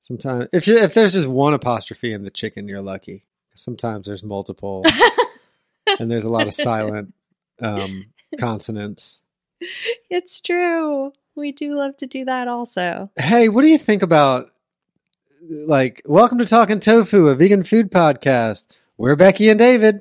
sometimes if you, if there's just one apostrophe in the chicken, you're lucky. Sometimes there's multiple, and there's a lot of silent um, consonants. It's true. We do love to do that also. Hey, what do you think about like welcome to Talking Tofu, a vegan food podcast? We're Becky and David.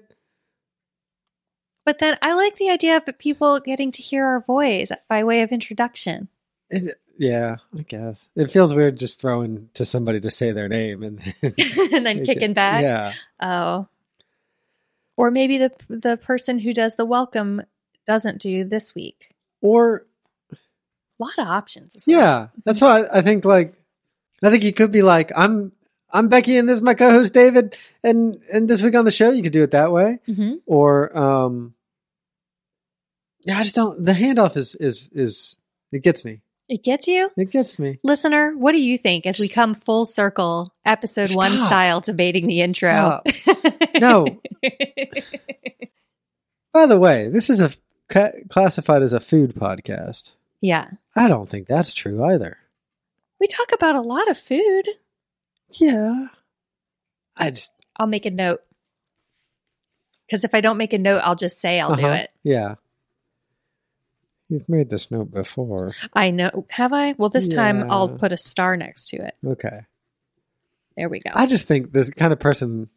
But then I like the idea of people getting to hear our voice by way of introduction. It- yeah, I guess it feels weird just throwing to somebody to say their name and then and then kicking back. Yeah, Oh. Or maybe the the person who does the welcome doesn't do this week. or A lot of options as well. Yeah, that's why I, I think like I think you could be like I'm I'm Becky and this is my co-host David and and this week on the show you could do it that way hmm or um yeah I just don't the handoff is is is it gets me It gets you? it gets me Listener, what do you think as we Just- come full circle, episode one Stop. style, debating the intro? No. by the way this is a ca- classified as a food podcast yeah. I don't think that's true either We talk about a lot of food. yeah I just I'll make a note. Because if I don't make a note, I'll just say I'll do uh-huh, it. yeah you've made this note before I know. Have I? Well, this time I'll Yeah. put a star next to it. okay There we go. I just think this kind of person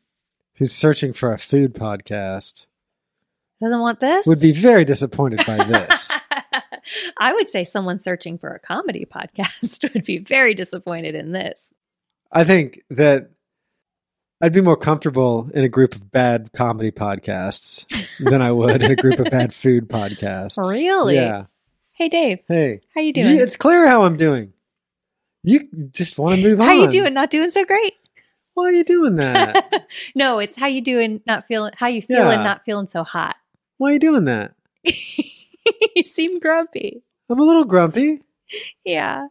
who's searching for a food podcast Doesn't want this? would be very disappointed by this. I would say someone searching for a comedy podcast would be very disappointed in this. I think that I'd be more comfortable in a group of bad comedy podcasts than I would in a group of bad food podcasts. Really? Yeah. Hey, Dave, Hey, how you you- doing? it's clear how I'm doing. You just want to move on. how you doing? Not doing so great. Why are you doing that? no, it's how you doing. Not feeling how you feeling. Yeah. Not feeling so hot. Why are you doing that? you seem grumpy. I'm a little grumpy, Yeah,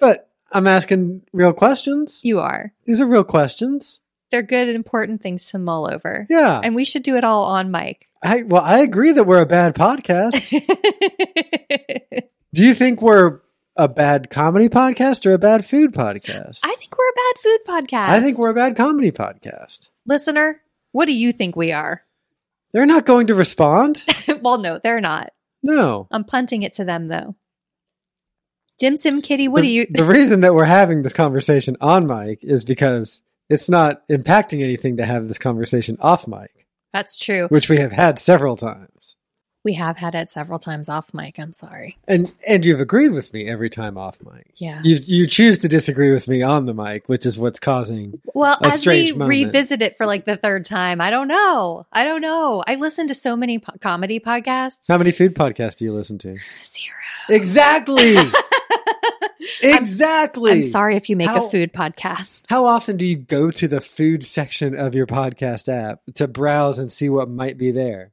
but I'm asking real questions. you are. These are real questions. they're good and important things to mull over. Yeah. And we should do it all on mic. I well, I agree that we're a bad podcast. I Do you think we're a bad comedy podcast or a bad food podcast? think we're a bad food podcast. I think we're a bad comedy podcast. listener. What do you think we are? They're not going to respond. well, no, they're not. No. I'm punting it to them though. Dim Sim Kitty, what the, do you? the reason that we're having this conversation on mic is because it's not impacting anything to have this conversation off mic, That's true. which we have had several times. We have had it several times off mic. I'm sorry. And and you've agreed with me every time off mic. Yeah. You you choose to disagree with me on the mic, which is what's causing Well, a as we strange moment. revisit it for like the third time, I don't know. I don't know. I listen to so many po- comedy podcasts. how many food podcasts do you listen to? Zero. Exactly. exactly. I'm sorry if you make How- a food podcast. How often do you go to the food section of your podcast app to browse and see what might be there?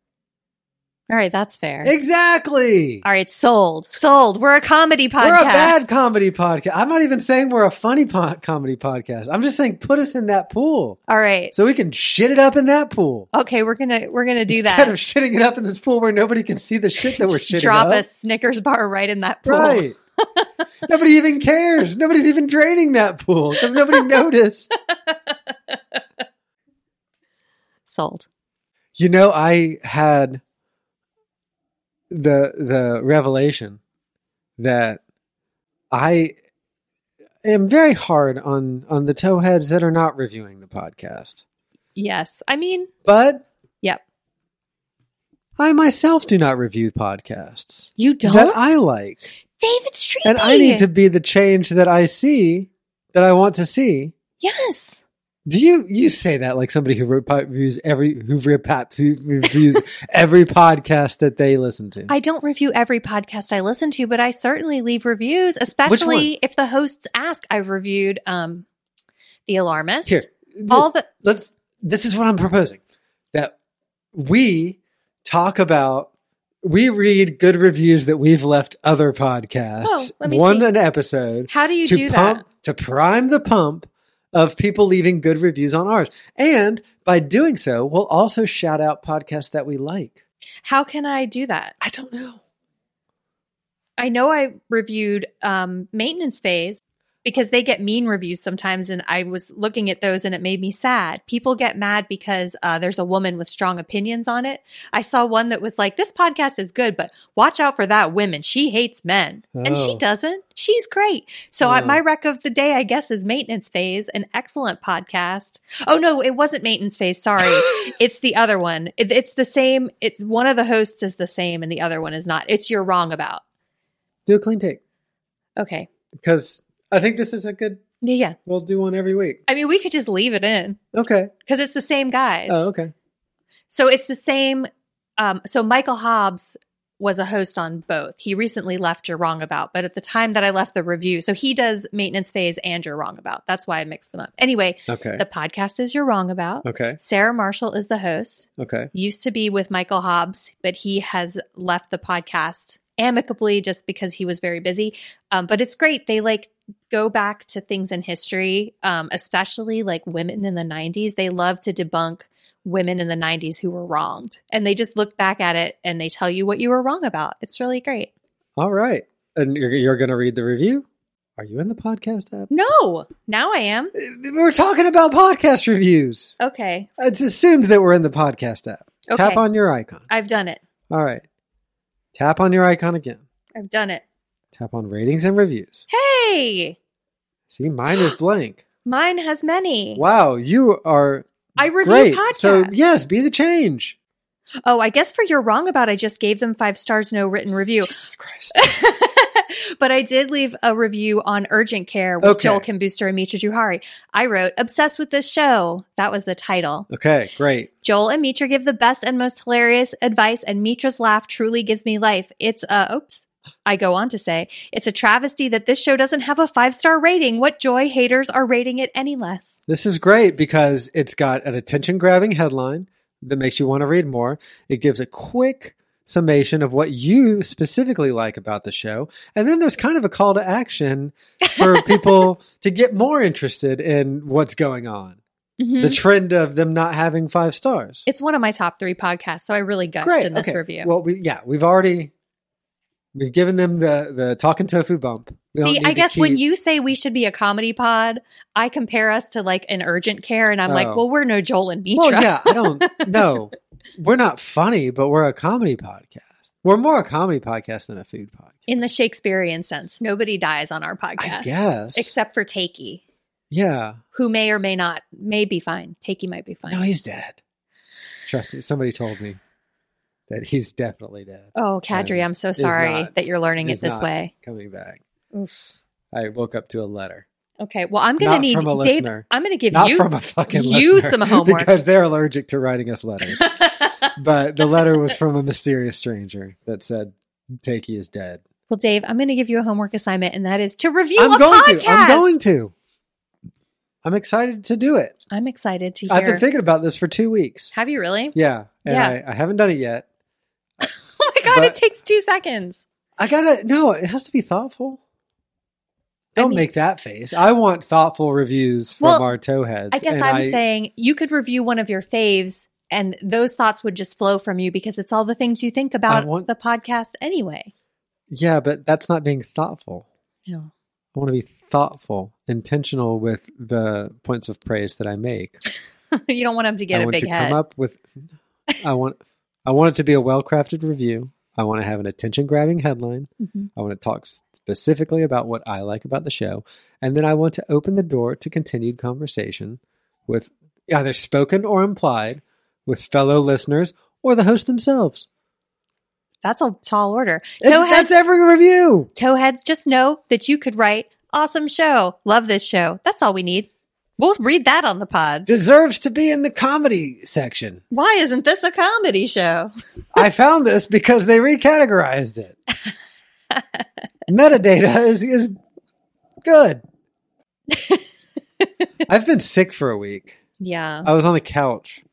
All right, that's fair. Exactly. All right, sold, sold. We're a comedy podcast. We're a bad comedy podcast. I'm not even saying we're a funny po- comedy podcast. I'm just saying put us in that pool All right. so we can shit it up in that pool. Okay, we're gonna we're gonna do Instead that. of shitting it up in this pool where nobody can see the shit that we're Just shitting drop up. a Snickers bar right in that pool. Right. nobody even cares. Nobody's even draining that pool because nobody noticed. Sold. You know, I had the the revelation that I am very hard on on the towheads that are not reviewing the podcast. Yes. I mean, But yep. I myself do not review podcasts You don't. that I like. David Street. And I need to be the change that I see that I want to see. Yes. Do you you say that like somebody who repo- reviews every who repo- who reviews every podcast that they listen to? I don't review every podcast I listen to, but I certainly leave reviews, especially if the hosts ask. I reviewed um The Alarmist. Here, All the let's. This is what I'm proposing that we talk about. We read good reviews that we've left other Oh, podcasts. let One me see. an episode. How do you to do pump that? to prime the pump of people leaving good reviews on ours, and by doing so, we'll also shout out podcasts that we like. How can I do that? I don't know. I know I reviewed um, Maintenance Phase because they get mean reviews sometimes, and I was looking at those and it made me sad. People get mad because uh, there's a woman with strong opinions on it. I saw one that was like, "This podcast is good, but watch out for that woman. She hates men, and she Oh. doesn't. She's great." So I, Oh. my rec of the day, I guess, is Maintenance Phase, an excellent podcast. Oh no, it wasn't Maintenance Phase. Sorry, it's the other one. It, it's the same. It's one of the hosts is the same, and the other one is not. It's you're wrong about. Do a clean take Okay. because I think this is a good. Yeah, yeah. We'll do one every week. I mean, we could just leave it in Okay. because it's the same guys. Oh, okay. So it's the same. Um, so Michael Hobbs was a host on both. He recently left You're Wrong About, but at the time that I left the review, so he does maintenance phase and You're Wrong About. That's why I mixed them up. Anyway, Okay. the podcast is You're Wrong About. Okay. Sarah Marshall is the host. Okay. used to be with Michael Hobbs, but he has left the podcast amicably just because he was very busy. Um, but it's great. They like go back to things in history, um, especially like women in the 90s. They love to debunk women in the 90s who were wronged. And they just look back at it and they tell you what you were wrong about. It's really great. All right. And you're, you're going to read the review? Are you in the podcast app? No, now I am. We're talking about podcast reviews. Okay. It's assumed that we're in the podcast app. Okay. Tap on your icon. I've done it. All right. Tap on your icon again. I've done it. Tap on ratings and reviews. Hey, See, mine is blank. mine has many. Wow, you are I review great. podcasts. So, yes, be the change. Oh, I guess for you're wrong about. I just gave them five stars, no written review. Jesus Christ. but I did leave a review on Urgent Care with Okay. Joel Kim Booster and Mitra Juhari. I wrote "Obsessed with this show." That was the title. okay, great. Joel and Mitra give the best and most hilarious advice, and Mitra's laugh truly gives me life. It's a oops. I go on to say, it's a travesty that this show doesn't have a five star rating. What joy haters are rating it any less. This is great because it's got an attention grabbing headline that makes you want to read more. It gives a quick summation of what you specifically like about the show. And then there's kind of a call to action for people to get more interested in what's going on. Mhm. the trend of them not having five stars. it's one of my top three podcasts, so I really gushed in this okay. review. Well, we, yeah, we've already we've given them the the talking tofu bump. We don't See, need I to guess when keep- you say we should be a comedy pod, I compare us to like an urgent care, and I'm like, Oh. well, we're no Joel and Mitra. well, yeah, I don't no, we're not funny, but we're a comedy podcast. We're more a comedy podcast than a food podcast. In the Shakespearean sense, nobody dies on our podcast. I guess. Except for Takey, yeah, who may or may not, may be fine. Takey might be fine. no, he's dead. Trust me, somebody told me that he's definitely dead. oh, Kadri, I'm so Is sorry not- that you're learning it is this not way. Coming back, I woke up to a letter. Okay. Well, I'm going to Not need from a Dave. listener. I'm going to give Not you from a fucking you listener, some homework. because they're allergic to writing us letters. but the letter was from a mysterious stranger that said Takey is dead. well, Dave, I'm going to give you a homework assignment, and that is to review I'm a going podcast. to. I'm going to. I'm excited to do it. I'm excited to I've hear. been thinking about this for two weeks. Have you really? Yeah. And Yeah. I, I haven't done it yet. Oh my god! it But- takes two seconds. I gotta no, it has to be thoughtful. I Don't mean- make that face. I want thoughtful reviews from Well, our towheads. I guess and I'm saying you could review one of your faves, and those thoughts would just flow from you because it's all the things you think about want- the podcast anyway. Yeah, but that's not being thoughtful. Yeah. I want to be thoughtful, intentional with the points of praise that I make. you don't want them to get I a want big to head. come up with. I want. I want it to be a well-crafted review. I want to have an attention-grabbing headline. Mhm. I want to talk s- specifically about what I like about the show, and then I want to open the door to continued conversation with either spoken or implied with fellow listeners or the host themselves. That's a tall order. It's, Towheads, that's every review. Towheads, just know that you could write awesome show. Love this show. That's all we need. We'll read that on the pod. Deserves to be in the comedy section. Why isn't this a comedy show? I found this because they recategorized it. Metadata is is good. I've been sick for a week. Yeah. I was on the couch,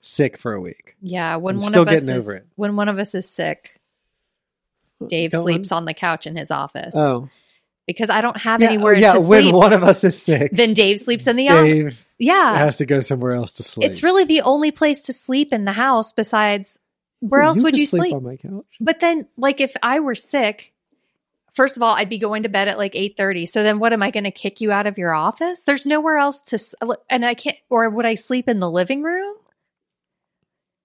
sick for a week. Yeah, when I'm one still of us getting is, over it. when one of us is sick, Dave Don't- sleeps on the couch in his office Oh, because I don't have yeah, anywhere yeah. to when sleep. one of us is sick, then Dave sleeps in the office. Dave Yeah, has to go somewhere else to sleep. it's really the only place to sleep in the house. Besides, where else would could you sleep? on my couch? But then, like, if I were sick, first of all, I'd be going to bed at like eight thirty. So then, what am I going to kick you out of your office? There's nowhere else to, s- and I can't. Or would I sleep in the living room?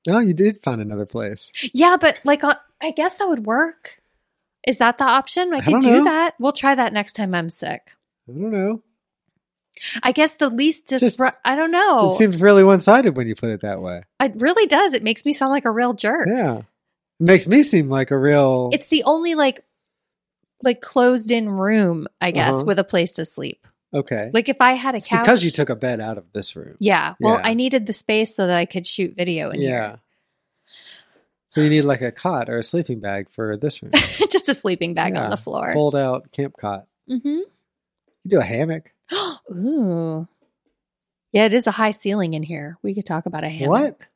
No, Oh, you did find another place. Yeah, but like, uh, I guess that would work. Is that the option? I I could don't do know. that. We'll try that next time I'm sick. I don't know. I guess the least Just- disrupt. I don't know. It seems really one-sided when you put it that way. it really does. It makes me sound like a real jerk. Yeah, it makes me seem like a real. It's the only like, like closed in room, I guess, Uh-huh. with a place to sleep. okay. Like if I had a It's couch, because you took a bed out of this room. Yeah. Well, Yeah. I needed the space so that I could shoot video in Yeah. So you need like a cot or a sleeping bag for this room. here. Just a sleeping bag on Yeah. the floor. Fold out camp cot. Mm-hmm. You do a hammock. Ooh. Yeah, it is a high ceiling in here. We could talk about a hammock. What?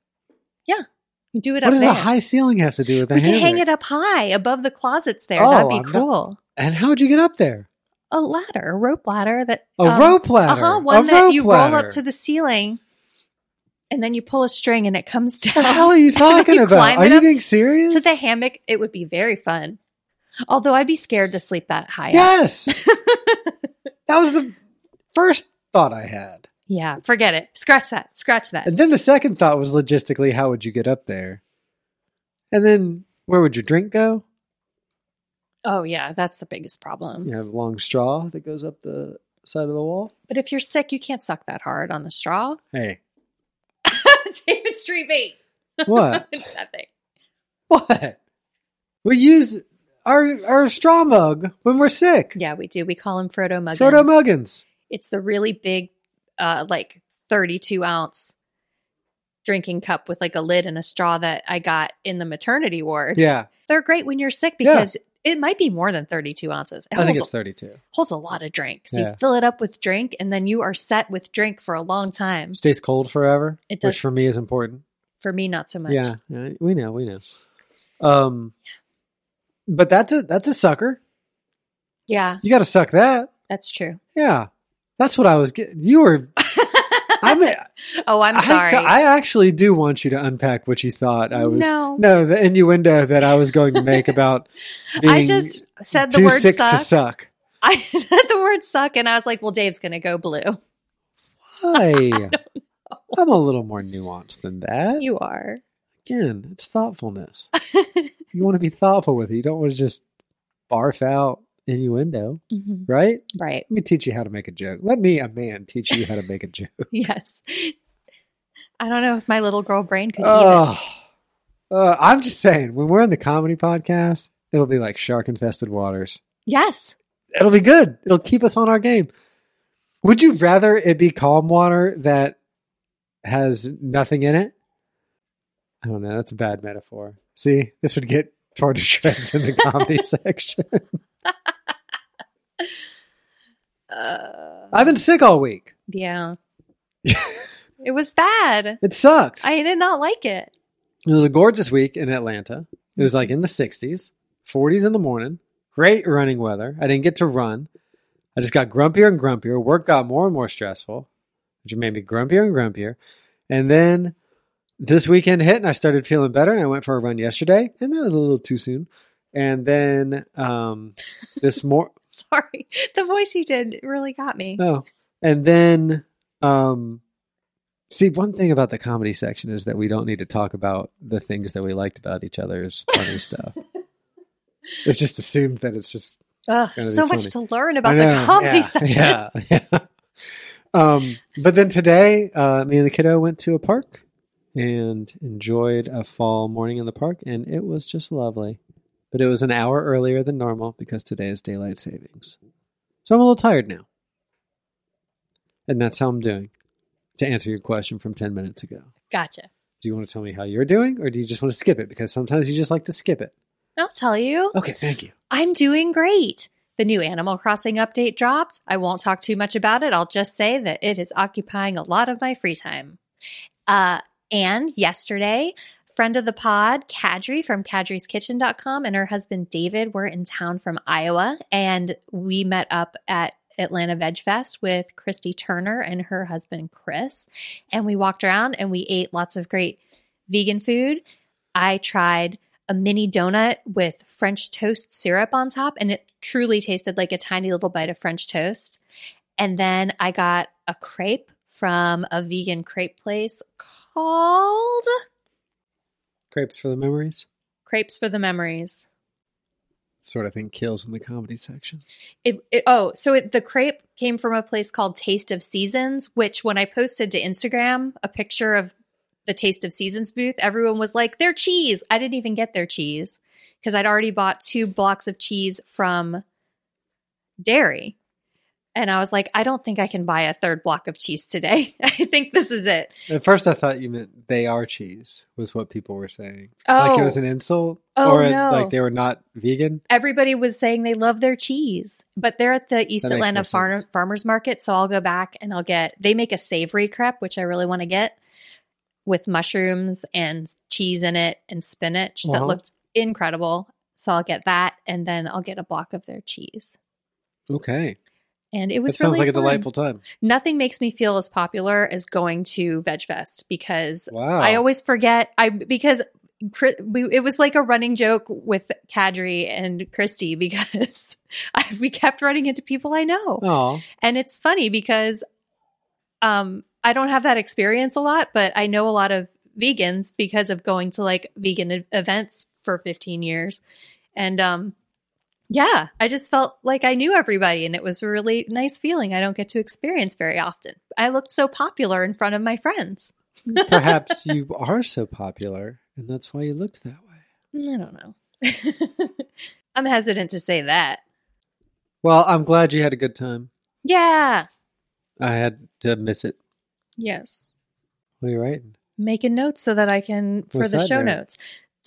You do it What up does there. a high ceiling have to do with a we hammock? could hang it up high above the closets there. Oh, That'd be I'm not- cool. And how would you get up there? A ladder, a rope ladder that A um, rope ladder. Uh-huh, one a that rope you ladder. roll up to the ceiling and then you pull a string and it comes down. What the hell are you And then talking about? climb Are it you up being serious? to the hammock? It would be very fun. Although I'd be scared to sleep that high. up. Yes. that was the first thought I had. Yeah, forget it. Scratch that. Scratch that. And then the second thought was logistically, how would you get up there? And then where would your drink go? Oh yeah, that's the biggest problem. You have a long straw that goes up the side of the wall. But if you're sick, you can't suck that hard on the straw. Hey, David Street bait. what? Nothing. what? We use our our straw mug when we're sick. Yeah, we do. We call him Frodo Muggins. Frodo Muggins. It's the really big, uh, like 32 ounce drinking cup with like a lid and a straw that I got in the maternity ward. Yeah, They're great when you're sick Yeah. because it might be more than 32 ounces. It I think holds it's thirty-two. holds a lot of drink. So you Yeah. fill it up with drink and then you are set with drink for a long time. Stays cold forever, It does. which for me is important. For me, not so much. Yeah, yeah, we know, we know. Um, but that's a that's a sucker. Yeah, You got to suck that. that's true. Yeah, that's what I was getting. You were. I'm, oh, I'm sorry. I, I actually do want you to unpack what you thought I was. No. the innuendo that I was going to make about being I just said the too word sick suck. to suck. I said the word suck, and I was like, well, Dave's going to go blue. Why? I'm a little more nuanced than that. You are. Again, it's thoughtfulness. you want to be thoughtful with it. You don't want to just barf out innuendo, Mhm. right? Right. Let me teach you how to make a joke. Let me, a man, teach you how to make a joke. Yes. I don't know if my little girl brain could even. Oh, uh, I'm just saying, when we're on the comedy podcast, it'll be like shark infested waters. Yes. It'll be good. It'll keep us on our game. Would you rather it be calm water that has nothing in it? I don't know. That's a bad metaphor. See, this would get torn to shreds in the comedy section. Uh, I've been sick all week. yeah. it was bad. It sucked. I did not like it. It was a gorgeous week in Atlanta. It was like in the 60s, 40s in the morning. Great running weather. I didn't get to run. I just got grumpier and grumpier. Work got more and more stressful, which made me grumpier and grumpier. And then this weekend hit and I started feeling better and I went for a run yesterday and that was a little too soon. And then um this more Sorry. The voice you did really got me. Oh, and then, um, see, one thing about the comedy section is that we don't need to talk about the things that we liked about each other's funny stuff. It's just assumed that it's just Ugh, gotta be so much to funny. learn about I the know, comedy yeah, section. Yeah, yeah. Um, but then today, uh, me and the kiddo went to a park and enjoyed a fall morning in the park, and it was just lovely. But it was an hour earlier than normal because today is daylight savings. So I'm a little tired now. And that's how I'm doing to answer your question from 10 minutes ago. Gotcha. Do you want to tell me how you're doing, or do you just want to skip it? Because sometimes you just like to skip it. I'll tell you. Okay, thank you. I'm doing great. The new Animal Crossing update dropped. I won't talk too much about it. I'll just say that it is occupying a lot of my free time. Uh, and yesterday, friend of the pod, Kadri from kadriskitchen.com and her husband David were in town from Iowa. And we met up at Atlanta Veg Fest with Christy Turner and her husband Chris. And we walked around and we ate lots of great vegan food. I tried a mini donut with French toast syrup on top, and it truly tasted like a tiny little bite of French toast. And then I got a crepe from a vegan crepe place called Crepes for the memories. Crepes for the Memories. Sort of thing kills in the comedy section. It, it- oh, so it, the crepe came from a place called Taste of Seasons, which when I posted to Instagram a picture of the Taste of Seasons booth, everyone was like, their cheese. I didn't even get their cheese because I'd already bought two blocks of cheese from dairy. And I was like, I don't think I can buy a third block of cheese today. I think this is it. At first, I thought you meant they are cheese, was what people were saying. Oh, Like it was an insult, Oh, or it- no. like they were not vegan. everybody was saying they love their cheese, but they're at the East That makes Atlanta more Farm- sense. Farmers Market. So I'll go back and I'll get, they make a savory crepe, which I really want to get with mushrooms and cheese in it and spinach that Uh-huh. looked incredible. So I'll get that and then I'll get a block of their cheese. Okay, And it that was sounds really like a fun. delightful time. Nothing makes me feel as popular as going to VegFest because Wow, I always forget I because Chri- we, it was like a running joke with Kadri and Christy because I, we kept running into people I know, Oh, and it's funny because um I don't have that experience a lot, but I know a lot of vegans because of going to like vegan e- events for 15 years, and um yeah, I just felt like I knew everybody, and it was a really nice feeling I don't get to experience very often. I looked so popular in front of my friends. perhaps you are so popular, and that's why you looked that way. I don't know. I'm hesitant to say that. Well, I'm glad you had a good time. Yeah. I had to miss it. Yes. Well, you're right. Making notes so that I can for What's the that show note? notes.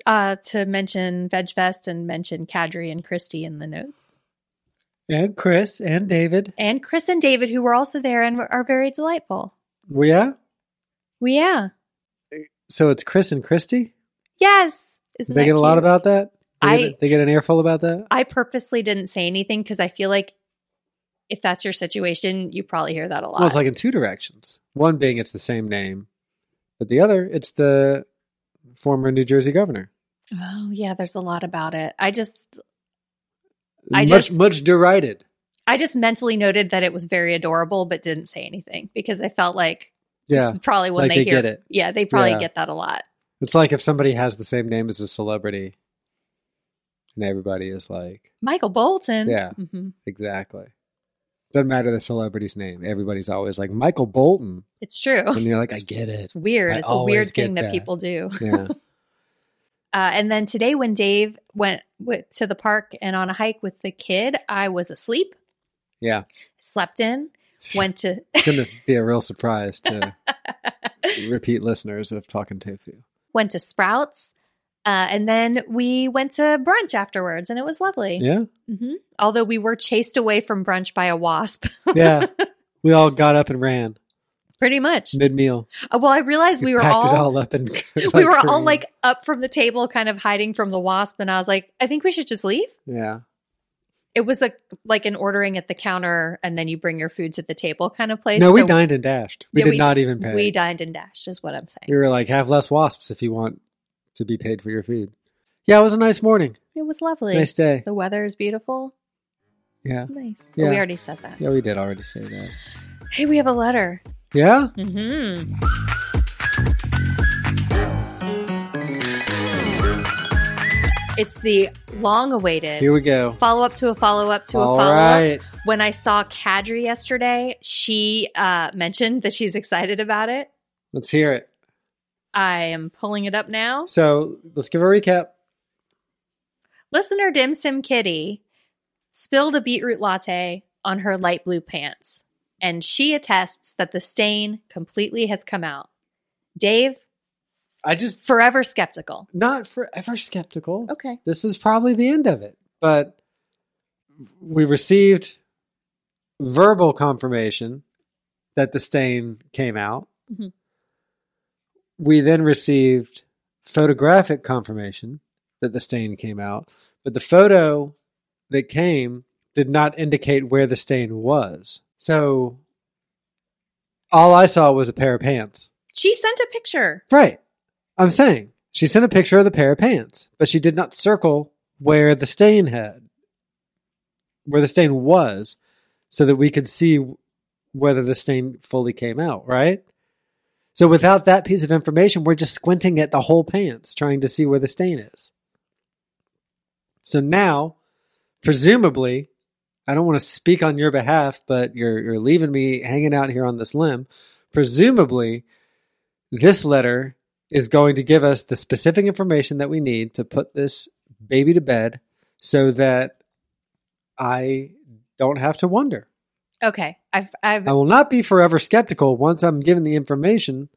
Uh to mention VegFest and mention Kadri and Christy in the notes. And Chris and David. And Chris and David who were also there and were- are very delightful. Well, yeah. Well, yeah. So it's Chris and Christy. Yes. Isn't Did they that get a lot cute? about that. They I- get, they get an earful about that. I purposely didn't say anything because I feel like if that's your situation, you probably hear that a lot. Well, it's like in two directions. One being it's the same name, but the other it's the former New Jersey governor. oh yeah, there's a lot about it. I just I Much just- much derided. I just mentally noted that it was very adorable, but didn't say anything because I felt like this Yeah, is probably when like they, they hear get it. Yeah, they probably Yeah. get that a lot. it's like if somebody has the same name as a celebrity, and everybody is like, Michael Bolton. Yeah. hmm exactly. Doesn't matter the celebrity's name. Everybody's always like Michael Bolton, It's true. and you're like, I get it. It's weird. I it's a weird always get thing that that. people do. Yeah, Uh, and then today, when Dave went w- to the park and on a hike with the kid, I was asleep, yeah. slept in, went to. It's gonna be a real surprise to repeat listeners of Talking Tofu. went to Sprouts, uh, and then we went to brunch afterwards, and it was lovely. Yeah, hmm Although we were chased away from brunch by a wasp, yeah. We all got up and ran pretty much. mid meal. Uh, well, I realized we were packed all, it all up and we were all screamed. like up from the table, kind of hiding from the wasp, and I was like, I think we should just leave. yeah, It was a, like an ordering at the counter, and then you bring your food to the table kind of place. no, we So dined and dashed. We Yeah, did we- not even pay. We dined and dashed, is what I'm saying. We were like, have less wasps if you want to be paid for your food. Yeah, it was a nice morning. It was lovely. Nice day. The weather is beautiful. Yeah. It's nice. Yeah. Oh, we already said that. Yeah, we did already say that. Hey, we have a letter. Yeah? Mm-hmm. It's the long Here awaited we go. follow up to a follow up to All a follow up. right. When I saw Kadri yesterday, she uh, mentioned that she's excited about it. Let's hear it. I am pulling it up now. So let's give a recap. Listener Dim Sim Kitty spilled a beetroot latte on her light blue pants, and she attests that the stain completely has come out. Dave, I just forever skeptical. not forever skeptical. Okay. This is probably the end of it. But we received verbal confirmation that the stain came out. Mhm. We then received photographic confirmation that the stain came out. But the photo that came did not indicate where the stain was. So all I saw was a pair of pants. She sent a picture. Right. I'm saying she sent a picture of the pair of pants, but she did not circle where the stain had, where the stain was, so that we could see whether the stain fully came out, right? So without that piece of information, we're just squinting at the whole pants, trying to see where the stain is. So now, presumably, I don't want to speak on your behalf, but you're you're leaving me hanging out here on this limb. Presumably, this letter is going to give us the specific information that we need to put this baby to bed so that I don't have to wonder. Okay. I've I've I will not be forever skeptical once I'm given the information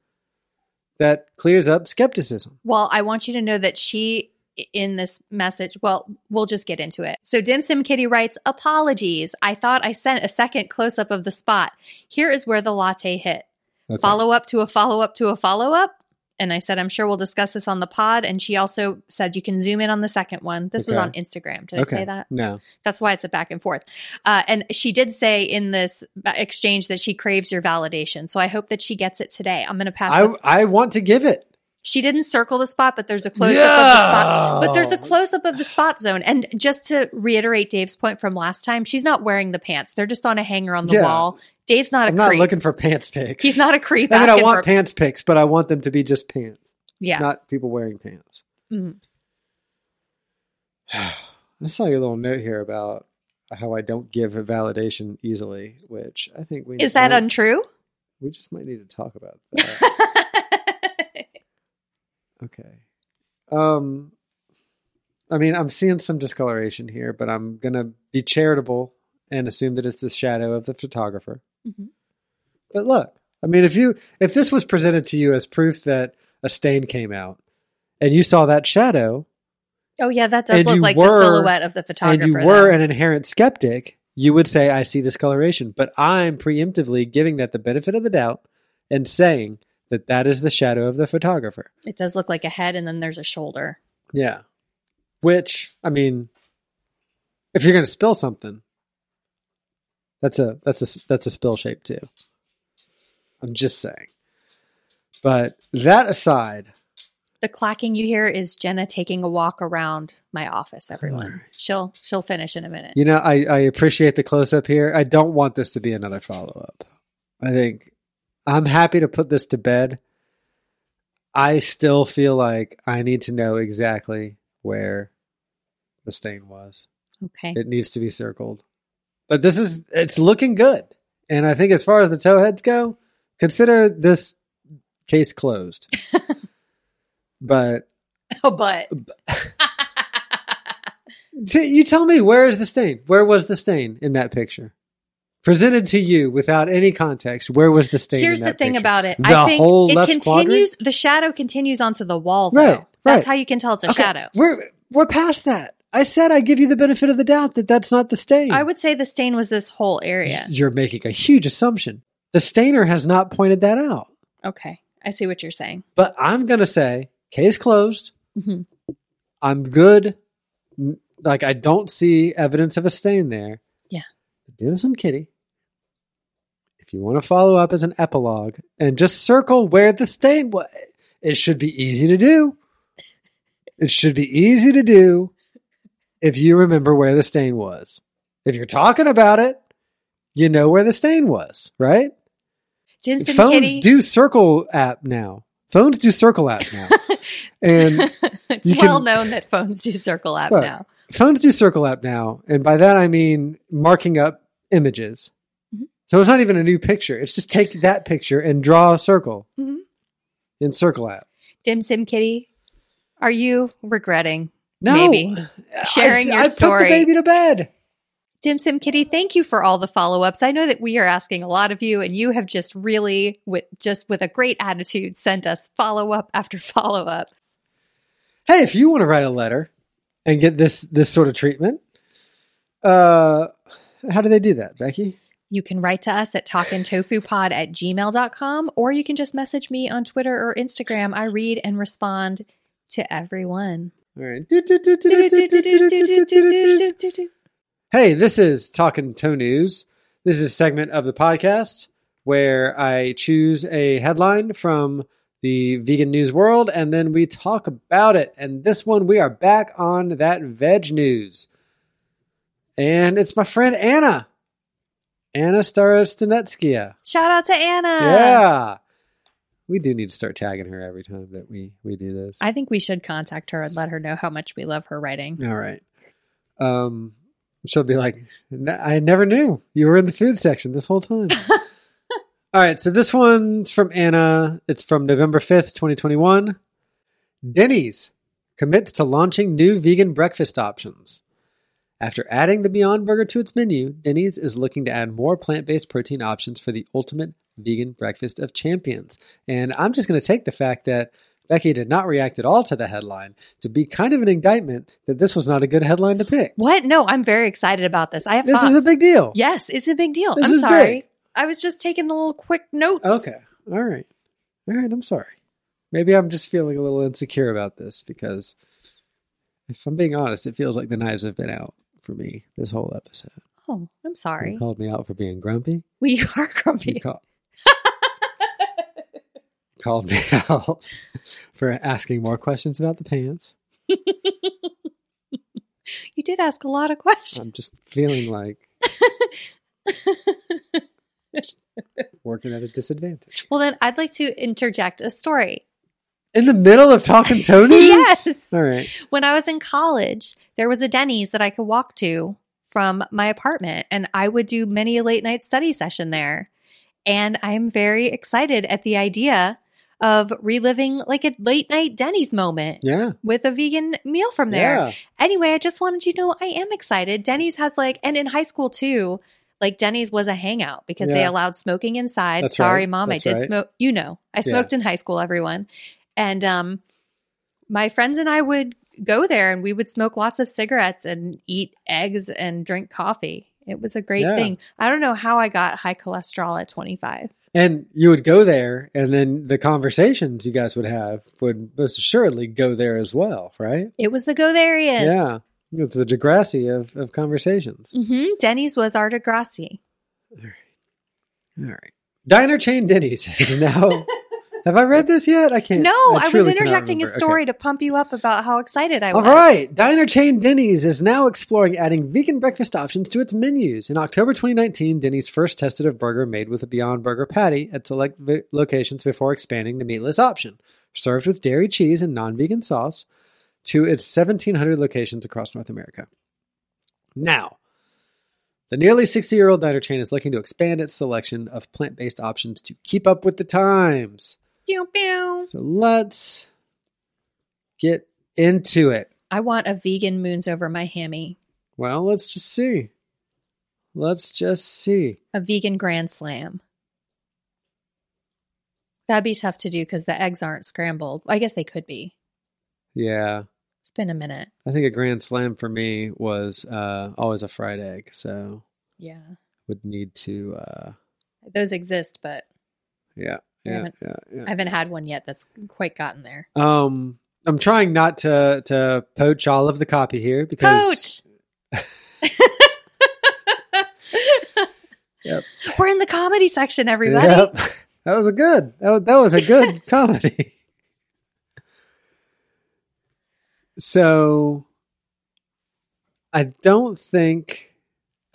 that clears up skepticism. well, I want you to know that she in this message, well, we'll just get into it. So Dim Sim Kitty writes, "Apologies. I thought I sent a second close up of the spot. Here is where the latte hit. Okay. Follow up to a follow up to a follow up." And I said, "I'm sure we'll discuss this on the pod." And she also said, "You can zoom in on the second one." This was Okay. on Instagram. Did I say that? No. That's why it's a back and forth. Uh, and she did say in this ba- exchange that she craves your validation. So I hope that she gets it today. I'm going to pass. I, the- I want to give it. she didn't circle the spot, but there's a close up of the spot. But there's a No. close up of the spot zone. And just to reiterate Dave's point from last time, she's not wearing the pants. They're just on a hanger on the Yeah. wall. Dave's not a I'm not creep. looking for pants pics. He's not a creep. I mean, I asking want for, pants pics, but I want them to be just pants, yeah. not people wearing pants. Mhm. I saw your little note here about how I don't give a validation easily, which I think we Is that we- untrue? We just might need to talk about that. okay. Um, I mean, I'm seeing some discoloration here, but I'm gonna be charitable and assume that it's the shadow of the photographer. Mhm. But look, I mean, if you if this was presented to you as proof that a stain came out, and you saw that shadow, oh, yeah. That does And look you like the were- silhouette of the photographer. and you were though. an inherent skeptic, you would say, I see discoloration. But I'm preemptively giving that the benefit of the doubt and saying that that is the shadow of the photographer. it does look like a head, and then there's a shoulder. Yeah. Which, I mean, if you're going to spill something, That's a that's a that's a spill shape too. I'm just saying. But that aside, The clacking you hear is Jenna taking a walk around my office, everyone. Alright. She'll she'll finish in a minute. you know, I, I appreciate the close up here. I don't want this to be another follow up. I think I'm happy to put this to bed. I still feel like I need to know exactly where the stain was. Okay. It needs to be circled. But this is it's looking good. And I think as far as the toe heads go, consider this case closed. but Oh, but t- you tell me where is the stain? Where was the stain in that picture? Presented to you without any context, where was the stain? here's in the that thing picture? about it. The I think whole it left continues quadrant? the shadow continues onto the wall though. Right, That's right. how you can tell it's a Okay, shadow. We're we're past that. I said I give you the benefit of the doubt that that's not the stain. I would say the stain was this whole area. You're making a huge assumption. The stainer has not pointed that out. Okay. I see what you're saying. But I'm going to say case closed. Mhm. I'm good. N- Like I don't see evidence of a stain there. Yeah. Dim sum kitty. If you want to follow up as an epilogue and just circle where the stain was, it should be easy to do. It should be easy to do if you remember where the stain was. If you're talking about it, you know where the stain was, right? Dinson phones Kitty. do circle app now. Phones do circle app now, and it's you well can- known that phones do circle app Look, now. phones do circle app now, and by that I mean marking up images. So it's not even a new picture. It's just take that picture and draw a circle Mhm. in circle app. Dim Sim Kitty, are you regretting No, Maybe. I- Sharing your I story. Put the baby to bed. Dim Sim Kitty, thank you for all the follow ups. I know that we are asking a lot of you, and you have just really, with just with a great attitude, sent us follow up after follow up. hey, if you want to write a letter and get this this sort of treatment, uh, how do they do that, Becky? You can write to us at talkintofupod at gmail.com, or you can just message me on Twitter or Instagram. I read and respond to everyone. All right. Hey, this is Talking Toe News. This is a segment of the podcast where I choose a headline from the vegan news world and then we talk about it. And this one, we are back on that veg news. And it's my friend Anna, Anna Starostinetskia. Shout out to Anna. yeah. We do need to start tagging her every time that we, we do this. I think we should contact her and let her know how much we love her writing. All right. Um, she'll be like, "N- I never knew you were in the food section this whole time. All right. So this one's from Anna. It's from November 5th, 2021. Denny's commits to launching new vegan breakfast options. After adding the Beyond Burger to its menu, Denny's is looking to add more plant based protein options for the ultimate vegan breakfast of champions. And I'm just going to take the fact that Becky did not react at all to the headline to be kind of an indictment that this was not a good headline to pick. What? No, I'm very excited about this. I have This thoughts. is a big deal. Yes, it's a big deal. This I'm is sorry. big. I was just taking the little quick notes. Okay. All right. All right. I'm sorry. Maybe I'm just feeling a little insecure about this because if I'm being honest, it feels like the knives have been out for me this whole episode. Oh, I'm sorry. You called me out for being grumpy. We are You grumpy. call- called me out for asking more questions about the pants. You did ask a lot of questions. I'm just feeling like working at a disadvantage. Well, then I'd like to interject a story. In the middle of talking Tony's? Yes. All right. When I was in college, there was a Denny's that I could walk to from my apartment, and I would do many a late night study session there. And I'm very excited at the idea of reliving like a late night Denny's moment Yeah. with a vegan meal from there. Yeah. Anyway, I just wanted you to know I am excited. Denny's has like, and in high school too, like Denny's was a hangout because they Yeah. allowed smoking inside. That's Sorry, right. mom, That's I did right. smoke. You know, I smoked in high school, everyone. And um, my friends and I would go there and we would smoke lots of cigarettes and eat eggs and drink coffee. It was a great Yeah. thing. I don't know how I got high cholesterol at 25. And you would go there, and then the conversations you guys would have would most assuredly go there as well, right? It was the go there Yeah. It's the Degrassi of, of conversations. Mm-hmm. hmm Denny's was our Degrassi. All right. All right. Diner chain Denny's is now. Have I read this yet? I can't. No, I, was truly cannot interjecting a remember. Okay. story to pump you up about how excited I All was. right. Diner chain Denny's is now exploring adding vegan breakfast options to its menus. In October 2019, Denny's first tested a burger made with a Beyond Burger patty at select v- locations before expanding the meatless option, served with dairy cheese and non vegan sauce, to its 1,700 locations across North America. Now, the nearly 60 year old diner chain is looking to expand its selection of plant based options to keep up with the times. Pew, pew. So let's get into it. I want a vegan moons over my hammy, Well, let's just see. Let's just see. a vegan grand slam. That'd be tough to do because the eggs aren't scrambled. I guess they could be. Yeah. It's been a minute. I think a grand slam for me was uh, always a fried egg. So Yeah. would need to, uh, Those exist, but yeah. I Yeah, haven't- yeah, yeah. I haven't had one yet that's quite gotten there. Um, I'm trying not to to poach all of the copy here because Coach. Yep. We're in the comedy section, everybody. Yep. that was a good that was, that was a good comedy. So I don't think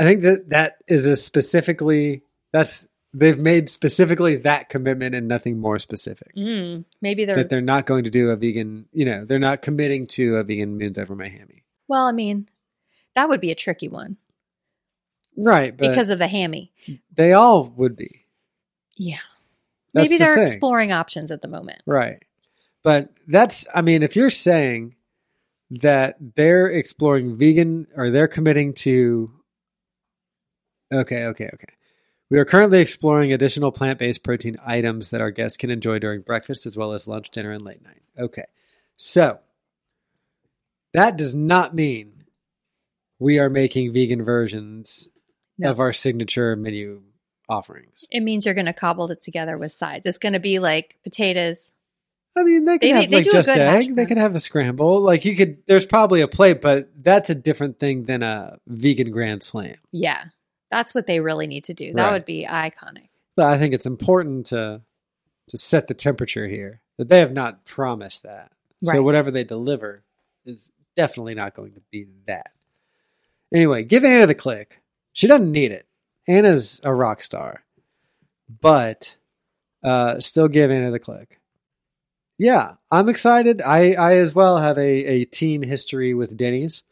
I think that that is a specifically that's they've made specifically that commitment and nothing more specific. Mm, maybe they're, That they're not going to do a vegan, you know, they're not committing to a vegan moons over my hammy. well, I mean, that would be a tricky one Right, but because of the hammy. they all would be. Yeah. That's maybe the they're thing. exploring options at the moment. Right. But that's, I mean, if you're saying that they're exploring vegan or they're committing to. Okay, okay, okay. We are currently exploring additional plant based protein items that our guests can enjoy during breakfast as well as lunch, dinner, and late night. Okay. So that does not mean we are making vegan versions No. of our signature menu offerings. It means you're going to cobble it together with sides. It's going to be like potatoes. I mean, they can They- have they like do a just good hash egg. They brown. could have a scramble. Like you could. There's probably a plate, but that's a different thing than a vegan grand slam. Yeah. That's what they really need to do. That Right. would be iconic. But I think it's important to to set the temperature here that they have not promised that. So Right. whatever they deliver is definitely not going to be that. Anyway, give Anna the click. She doesn't need it. Anna's a rock star, but uh, still give Anna the click. Yeah, I'm excited. I I as well have a a teen history with Denny's.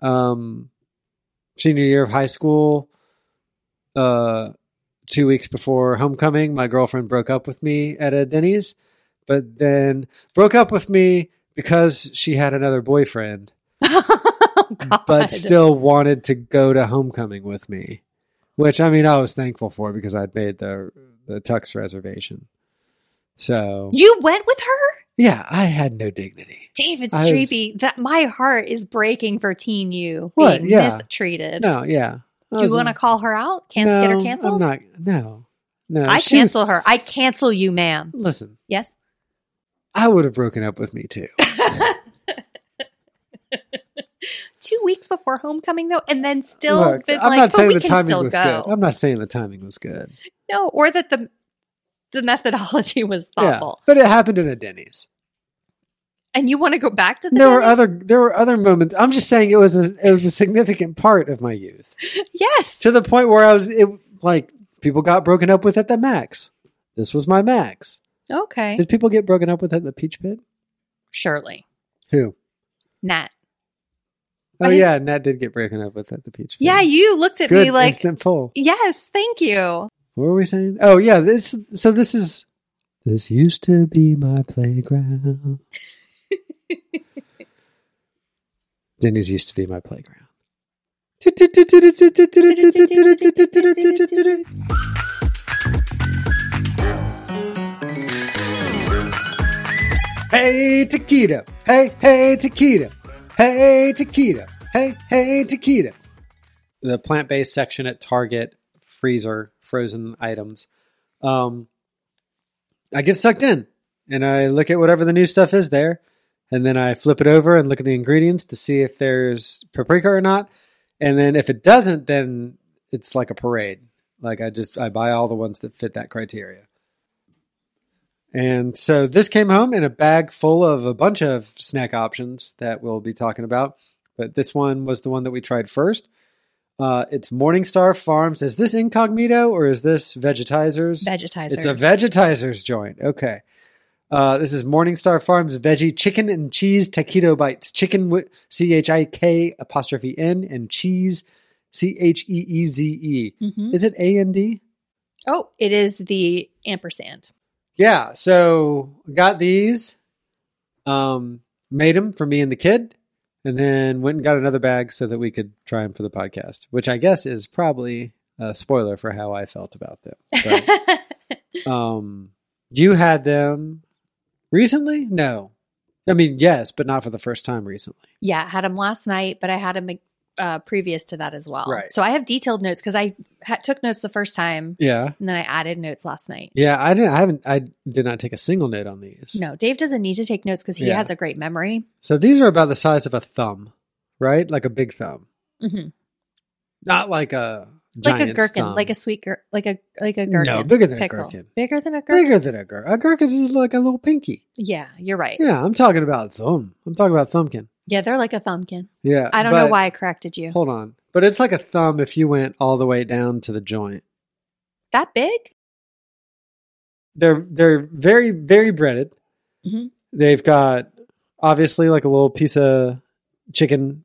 Um, senior year of high school. Uh two weeks before homecoming, my girlfriend broke up with me at a Denny's, but then broke up with me because she had another boyfriend, Oh, God. but still wanted to go to homecoming with me, which I mean, I was thankful for because I'd made the the tux reservation. So You went with her? yeah, I had no dignity. David I was- Strebe, that my heart is breaking for teen you What? being Yeah. mistreated. No, yeah. I Do you was want to in- call her out? Can't get No, her I'm canceled? not- no, no. I She was- cancel her. I cancel you, ma'am. Listen, Yes. I would have broken up with me too. Two weeks before homecoming, though, and then still, Look, been I'm like, not but saying we the can timing still was go. good. I'm not saying the timing was good. No, or that the the methodology was thoughtful, Yeah, but it happened in a Denny's. and you want to go back to the. there were Denny's? other there were other moments. I'm just saying it was a, it was a significant part of my youth Yes, to the point where I was it, like people got broken up with at the Max. This was my Max. okay, Did people get broken up with at the Peach Pit? surely, Who? Nat. Oh I just- yeah, Nat did get broken up with at the Peach Pit. Yeah, you looked at Good me like, instant pull. yes, thank you. What were we saying? Oh yeah, this so this is this used to be my playground. Denny's used to be my playground. Hey Taquito. Hey, hey Taquito. Hey Taquito. Hey, hey Taquito the plant based section at Target freezer frozen items. Um, I get sucked in and I look at whatever the new stuff is there, and then I flip it over and look at the ingredients to see if there's paprika or not. And then if it doesn't, then it's like a parade. Like I just I buy all the ones that fit that criteria. And so this came home in a bag full of a bunch of snack options that we'll be talking about. But this one was the one that we tried first. Uh, it's Morningstar Farms. Is this incognito or is this Vegetizers? Vegetizers. It's a Vegetizers joint. Okay. Uh, this is Morningstar Farms veggie chicken and cheese taquito bites. Chicken with C H I K apostrophe N and cheese C H E E Z E. Mhm. Is it A and D? Oh, it is the ampersand. Yeah. So got these, um, made them for me and the kid, and then went and got another bag so that we could try them for the podcast, which I guess is probably a spoiler for how I felt about them. But, um, you had them recently? No. I mean, yes, but not for the first time recently. yeah, I had them last night, but I had them uh, previous to that as well. Right. So I have detailed notes because I ha- took notes the first time Yeah. and then I added notes last night. Yeah, I didn't. I haven't. I did not take a single note on these. No, Dave doesn't need to take notes because he Yeah. has a great memory. So these are about the size of a thumb, right? Like a big thumb, hmm not like a Like a giant's gherkin, thumb. like a sweet gir- like a like a gherkin. No, bigger than a pickle. gherkin. Bigger than a gherkin. bigger than a gherkin. A gherkin is like a little pinky. Yeah, you're right. Yeah, Yeah, I'm talking about thumb. I'm talking about thumbkin. they're like a thumbkin. Yeah, I don't know but- why I corrected you. Hold on, but it's like a thumb if you went all the way down to the joint. That big? They're they're very very breaded. Mhm. They've got obviously like a little piece of chicken,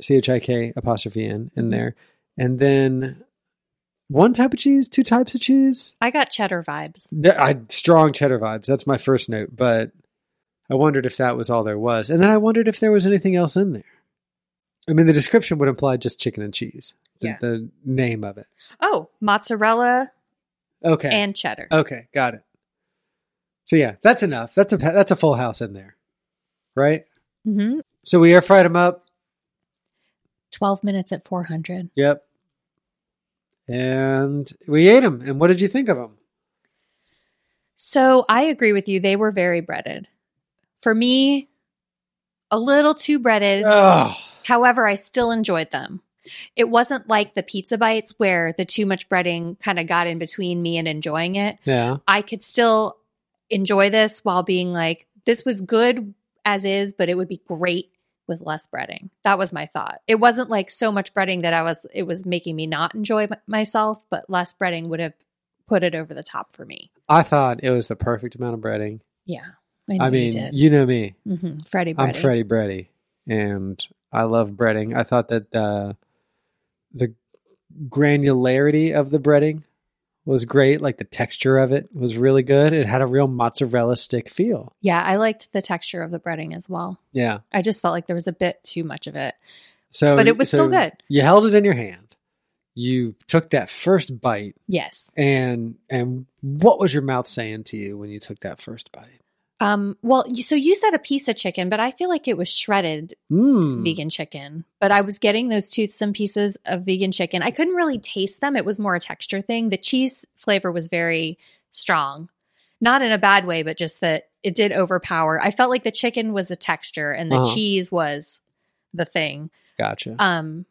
c h i k apostrophe n in there, and then one type of cheese, two types of cheese. I got cheddar vibes. Th- I strong cheddar vibes. That's my first note, but I wondered if that was all there was, and then I wondered if there was anything else in there. I mean, the description would imply just chicken and cheese. The, Yeah. the name of it. Oh, mozzarella Okay. and cheddar. okay, got it. So yeah, that's enough. That's a that's a full house in there, right? hmm So we air fried them up. 12 minutes at 400. Yep. And we ate them. And what did you think of them? So I agree with you. They were very breaded. For me, a little too breaded. Oh, However, I still enjoyed them. It wasn't like the pizza bites where the too much breading kind of got in between me and enjoying it. yeah. I could still enjoy this while being like, this was good as is, but it would be great with less breading. That was my thought. It wasn't like so much breading that I was, it was making me not enjoy m- myself, but less breading would have put it over the top for me. I thought it was the perfect amount of breading. Yeah. I, know you mean, did. you know me. Mm-hmm. Freddie I'm Bready. Freddie Bready, and I love breading. I thought that uh, the granularity of the breading was great. Like the texture of it was really good. It had a real mozzarella stick feel. Yeah, I liked the texture of the breading as well. Yeah. I just felt like there was a bit too much of it. So, But it was so still good. You held it in your hand. You took that first bite, Yes. and and what was your mouth saying to you when you took that first bite? Um, well, you, so you said a piece of chicken, but I feel like it was shredded Mm. vegan chicken. But I was getting those toothsome pieces of vegan chicken. I couldn't really taste them. It was more a texture thing. The cheese flavor was very strong, not in a bad way, but just that it did overpower. I felt like the chicken was the texture and the Uh-huh. cheese was the thing. Gotcha. Um,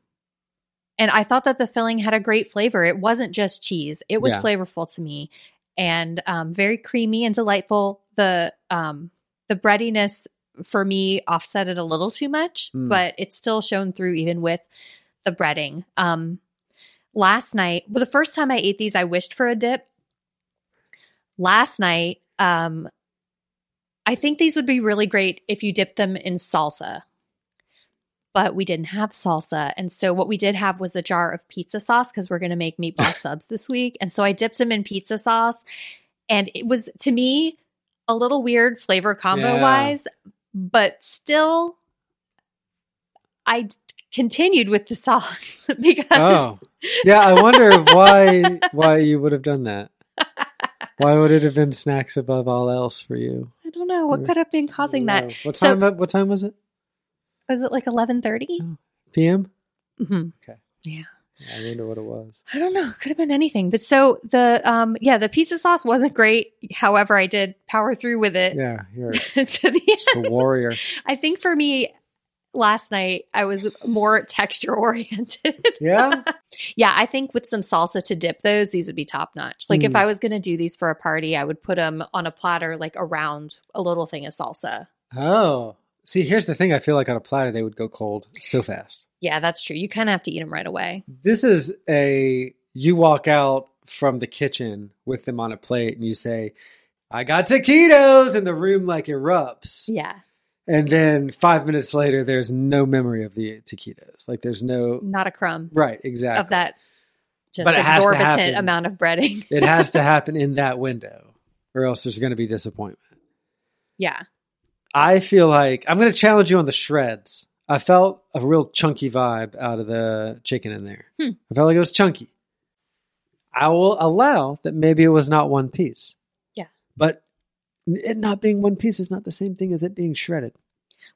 and I thought that the filling had a great flavor. It wasn't just cheese; it was Yeah. flavorful to me, and um, very creamy and delightful. The um, the breadiness for me offset it a little too much, Mm. but it's still shown through even with the breading. Um, last night, well, the first time I ate these, I wished for a dip. Last night, um, I think these would be really great if you dipped them in salsa but we didn't have salsa. And so what we did have was a jar of pizza sauce because we're going to make meatball subs this week. And so I dipped them in pizza sauce. And it was, to me, a little weird flavor combo Yeah. wise, but still, I d- continued with the sauce because Oh. Yeah, I wonder why why you would have done that. Why would it have been snacks above all else for you? I don't know what Mm. could have been causing that. I don't know. What So- time? what time was it? Was it like 1130? PM. Mhm. I wonder what it was. I don't know. It could have been anything. But so the, um, yeah, the pizza sauce wasn't great. However, I did power through with it. Yeah, you're to the just a warrior. I think for me, last night I was more texture oriented. Yeah. yeah, I think with some salsa to dip those, these would be top notch. Like if Mm. I was going to do these for a party, I would put them on a platter like around a little thing of salsa. Oh. See, here's the thing. I feel like on a platter they would go cold so fast. Yeah, that's true. You kind of have to eat them right away. This is a you walk out from the kitchen with them on a plate and you say, I got taquitos, and the room like erupts. Yeah, And then five minutes later, there's no memory of the taquitos. Like there's no not a crumb right, exactly. of that just But it has to happen. exorbitant amount of breading. it has to happen in that window, or else there's going to be disappointment. yeah. I feel like I'm going to challenge you on the shreds. I felt a real chunky vibe out of the chicken in there. Hmm. I felt like it was chunky. I will allow that maybe it was not one piece. Yeah. But it not being one piece is not the same thing as it being shredded.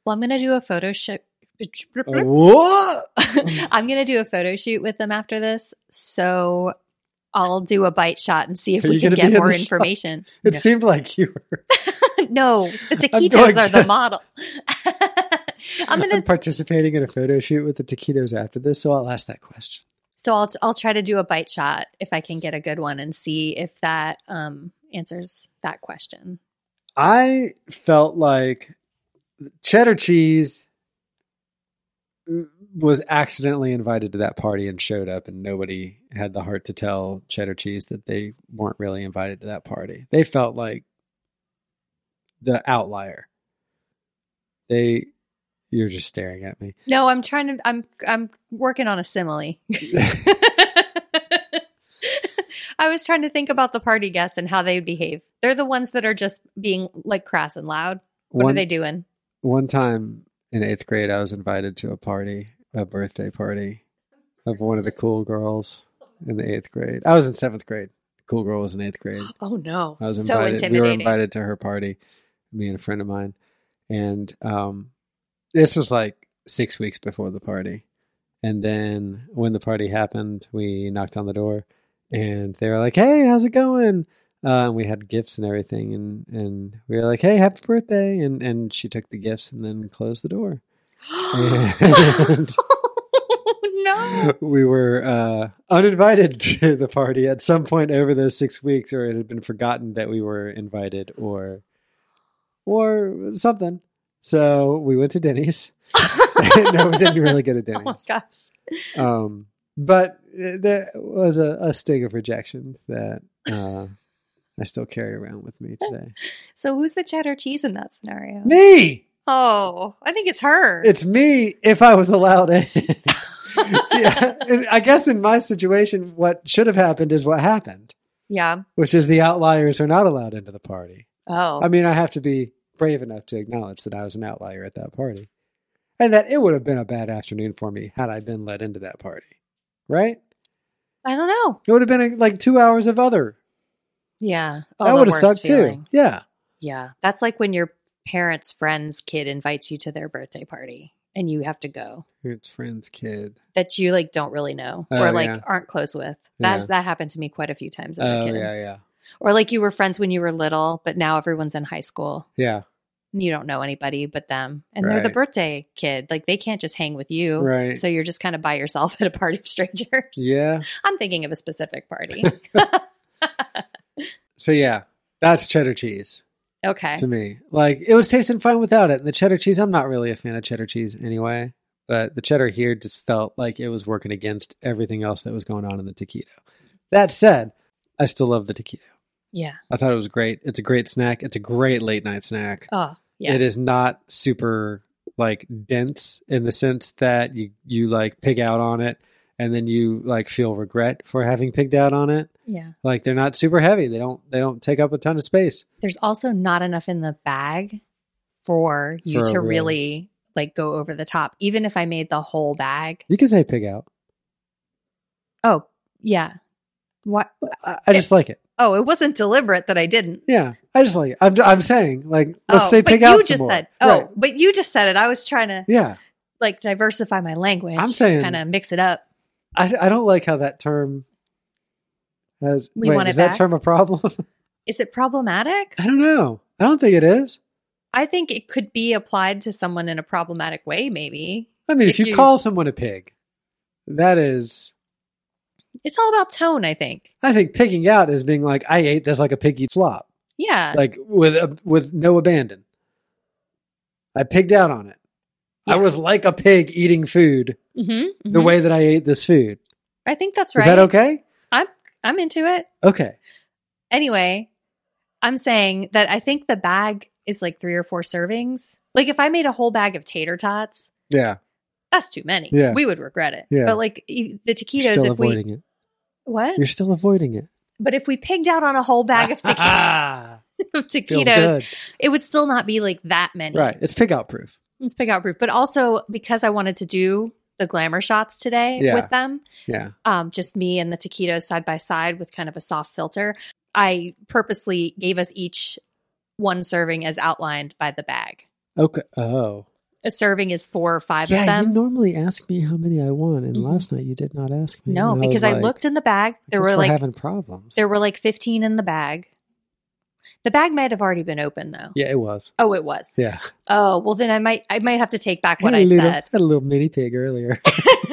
Well, I'm going to do a photo shoot. Oh. What? I'm going to do a photo shoot with them after this. So I'll do a bite shot and see if Are we you can gonna be get in more the shot? information. It seemed like you were no, the I'm taquitos going are the to- model. I'm going to participating in a photo shoot with the taquitos after this, so I'll ask that question. So I'll I'll try to do a bite shot if I can get a good one and see if that um answers that question. I felt like cheddar cheese was accidentally invited to that party and showed up, and nobody had the heart to tell cheddar cheese that they weren't really invited to that party. They felt like the outlier. They, you're just staring at me. No, I'm trying to I'm I'm working on a simile. I was trying to think about the party guests and how they would behave. They're the ones that are just being like crass and loud. What One- are they doing? one time in eighth grade, I was invited to a party, a birthday party of one of the cool girls in the eighth grade. I was in seventh grade. Cool girl was in eighth grade. Oh no. I was so invited. we were intimidating. invited to her party, me and a friend of mine. And um, this was like six weeks before the party. And then when the party happened, we knocked on the door and they were like, hey, how's it going? Uh, and we had gifts and everything. And, and we were like, hey, happy birthday. And, and she took the gifts and then closed the door. And- no. we were uh, uninvited to the party at some point over those six weeks, or it had been forgotten that we were invited, or or something. So we went to Denny's. no, we didn't really go to Oh my Denny's. gosh. Um, but uh, there was a, a sting of rejection that uh, I still carry around with me today. So who's the cheddar cheese in that scenario? Me, Oh, I think it's her. it's me. If I was allowed in. yeah, and I guess in my situation, what should have happened is what happened. yeah. which is the outliers are not allowed into the party. Oh. I mean, I have to be brave enough to acknowledge that I was an outlier at that party and that it would have been a bad afternoon for me had I been let into that party, right? I don't know. It would have been uh, like two hours of other. Yeah. Oh, that would have sucked too. Yeah. Yeah. That's like when your parents' friend's kid invites you to their birthday party and you have to go It's friend's kid. that you like don't really know Oh, or like yeah. aren't close with. That's that happened to me quite a few times as a Oh, kid. yeah, yeah. Or like you were friends when you were little, but now everyone's in high school. Yeah. and You don't know anybody but them. And they're the Right. birthday kid. Like they can't just hang with you. Right. So you're just kind of by yourself at a party of strangers. Yeah. I'm thinking of a specific party. So, yeah, that's cheddar cheese okay. to me. Like, it was tasting fine without it. And the cheddar cheese, I'm not really a fan of cheddar cheese anyway. But the cheddar here just felt like it was working against everything else that was going on in the taquito. That said, I still love the taquito. Yeah. I thought it was great. It's a great snack. It's a great late night snack. Oh, yeah. It is not super like dense in the sense that you you like pig out on it and then you like feel regret for having pigged out on it. Yeah. Like they're not super heavy. They don't they don't take up a ton of space. There's also not enough in the bag for you For a to real- really like go over the top. Even if I made the whole bag. You can say pig out. Oh, yeah. What? I, I just like it. Oh, it wasn't deliberate that I didn't. Yeah, I just like it. I'm I'm saying like let's oh, say but pig you out. some just more. said. Oh, Right. but you just said it. I was trying to yeah. like diversify my language. I'm saying- kind of mix it up. I I don't like how that term has. We wait, want it is that back? term a problem? Is it problematic? I don't know. I don't think it is. I think it could be applied to someone in a problematic way, maybe. I mean, if, If you, you- call someone a pig, that is, It's all about tone, I think. I think, pigging out is being like, I ate this like a pig eats slop, Yeah. like with a, with no abandon. I pigged out on it. I Yeah. was like a pig eating food mm-hmm, the way that I ate this food. I think that's right. Is that okay? I'm I'm into it. Okay. Anyway, I'm saying that I think the bag is like three or four servings. Like if I made a whole bag of tater tots, Yeah. that's too many. Yeah. We would regret it. Yeah. But like e- the You're taquitos, still if we avoiding it. what? You're still avoiding it. But if we pigged out on a whole bag of, taqui- of Feels taquitos, good. it would still not be like that many. Right. It's pig out proof. It's pick out proof. But also because I wanted to do the glamour shots today Yeah. with them, Yeah. um, just me and the taquitos side by side with kind of a soft filter, I purposely gave us each one serving as outlined by the bag. Okay. Oh. A serving is four or five of Yeah, them. you normally ask me how many I want, and Mhm. last night you did not ask me. no, and because was I like, looked in the bag. There guess were we're like having problems. there were like fifteen in the bag. The bag might have already been open though. yeah, it was. Oh, it was. Yeah, Oh, well then I might I might have to take back what had I a little, said. Had a little mini pig earlier.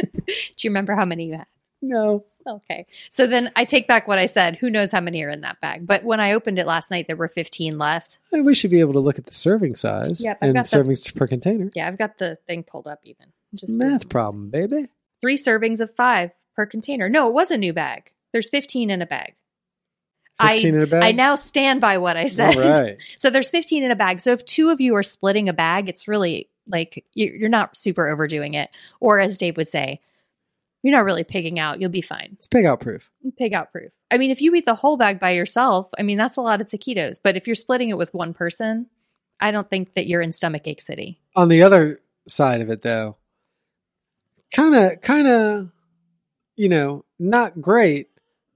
Do you remember how many you had? no, Okay. So then I take back what I said. Who knows how many are in that bag? But when I opened it last night, there were 15 left. we should be able to look at the serving size Yep, I've and got the- servings per container. Yeah, I've got the thing pulled up even. Just Math problem, baby. Three servings of five per container. No, it was a new bag. There's 15 in a bag. Fifteen I, in a bag. I now stand by what I said. All right. So there's 15 in a bag. So if two of you are splitting a bag, it's really like you- you're not super overdoing it. Or as Dave would say, you're not really pigging out. You'll be fine. It's pig out proof. pig out proof. I mean, if you eat the whole bag by yourself, I mean, that's a lot of taquitos. But if you're splitting it with one person, I don't think that you're in stomachache city. On the other side of it, though, kind of, kind of, you know, not great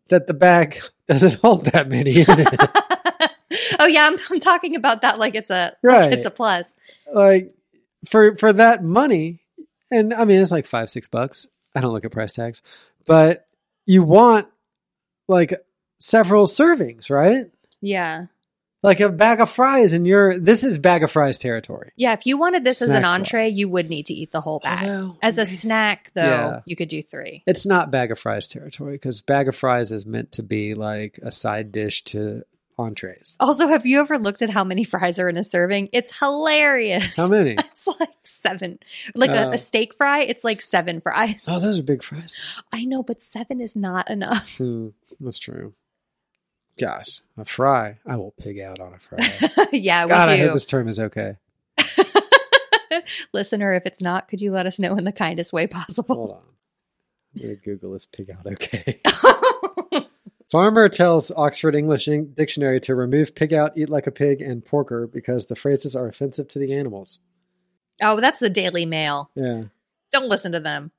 that the bag doesn't hold that many in it. oh, yeah. I'm, I'm talking about that like it's a, Right. it's a plus. like for for that money and i mean it's like five six bucks i don't look at price tags but you want like several servings right Yeah. like a bag of fries and you're this is bag of fries territory Yeah. If you wanted this as an Snacks entree, wise. you would need to eat the whole bag. Although- as a snack, though, Yeah. you could do three. it's not bag of fries territory because bag of fries is meant to be like a side dish to entrees Also, have you ever looked at how many fries are in a serving? It's hilarious. how many It's like seven. Like a, Oh. a steak fry, it's like seven fries. oh those are big fries I know, but seven is not enough. Hmm, that's true gosh a fry i will pig out on a fry yeah, we god i do. hope this term is okay Listener, if it's not, could you let us know in the kindest way possible? Hold on. I'm going to Google this pig out, okay? Farmer tells Oxford English Eng- Dictionary to remove pig out, eat like a pig, and porker because the phrases are offensive to the animals. oh, that's the Daily Mail. Yeah. Don't listen to them.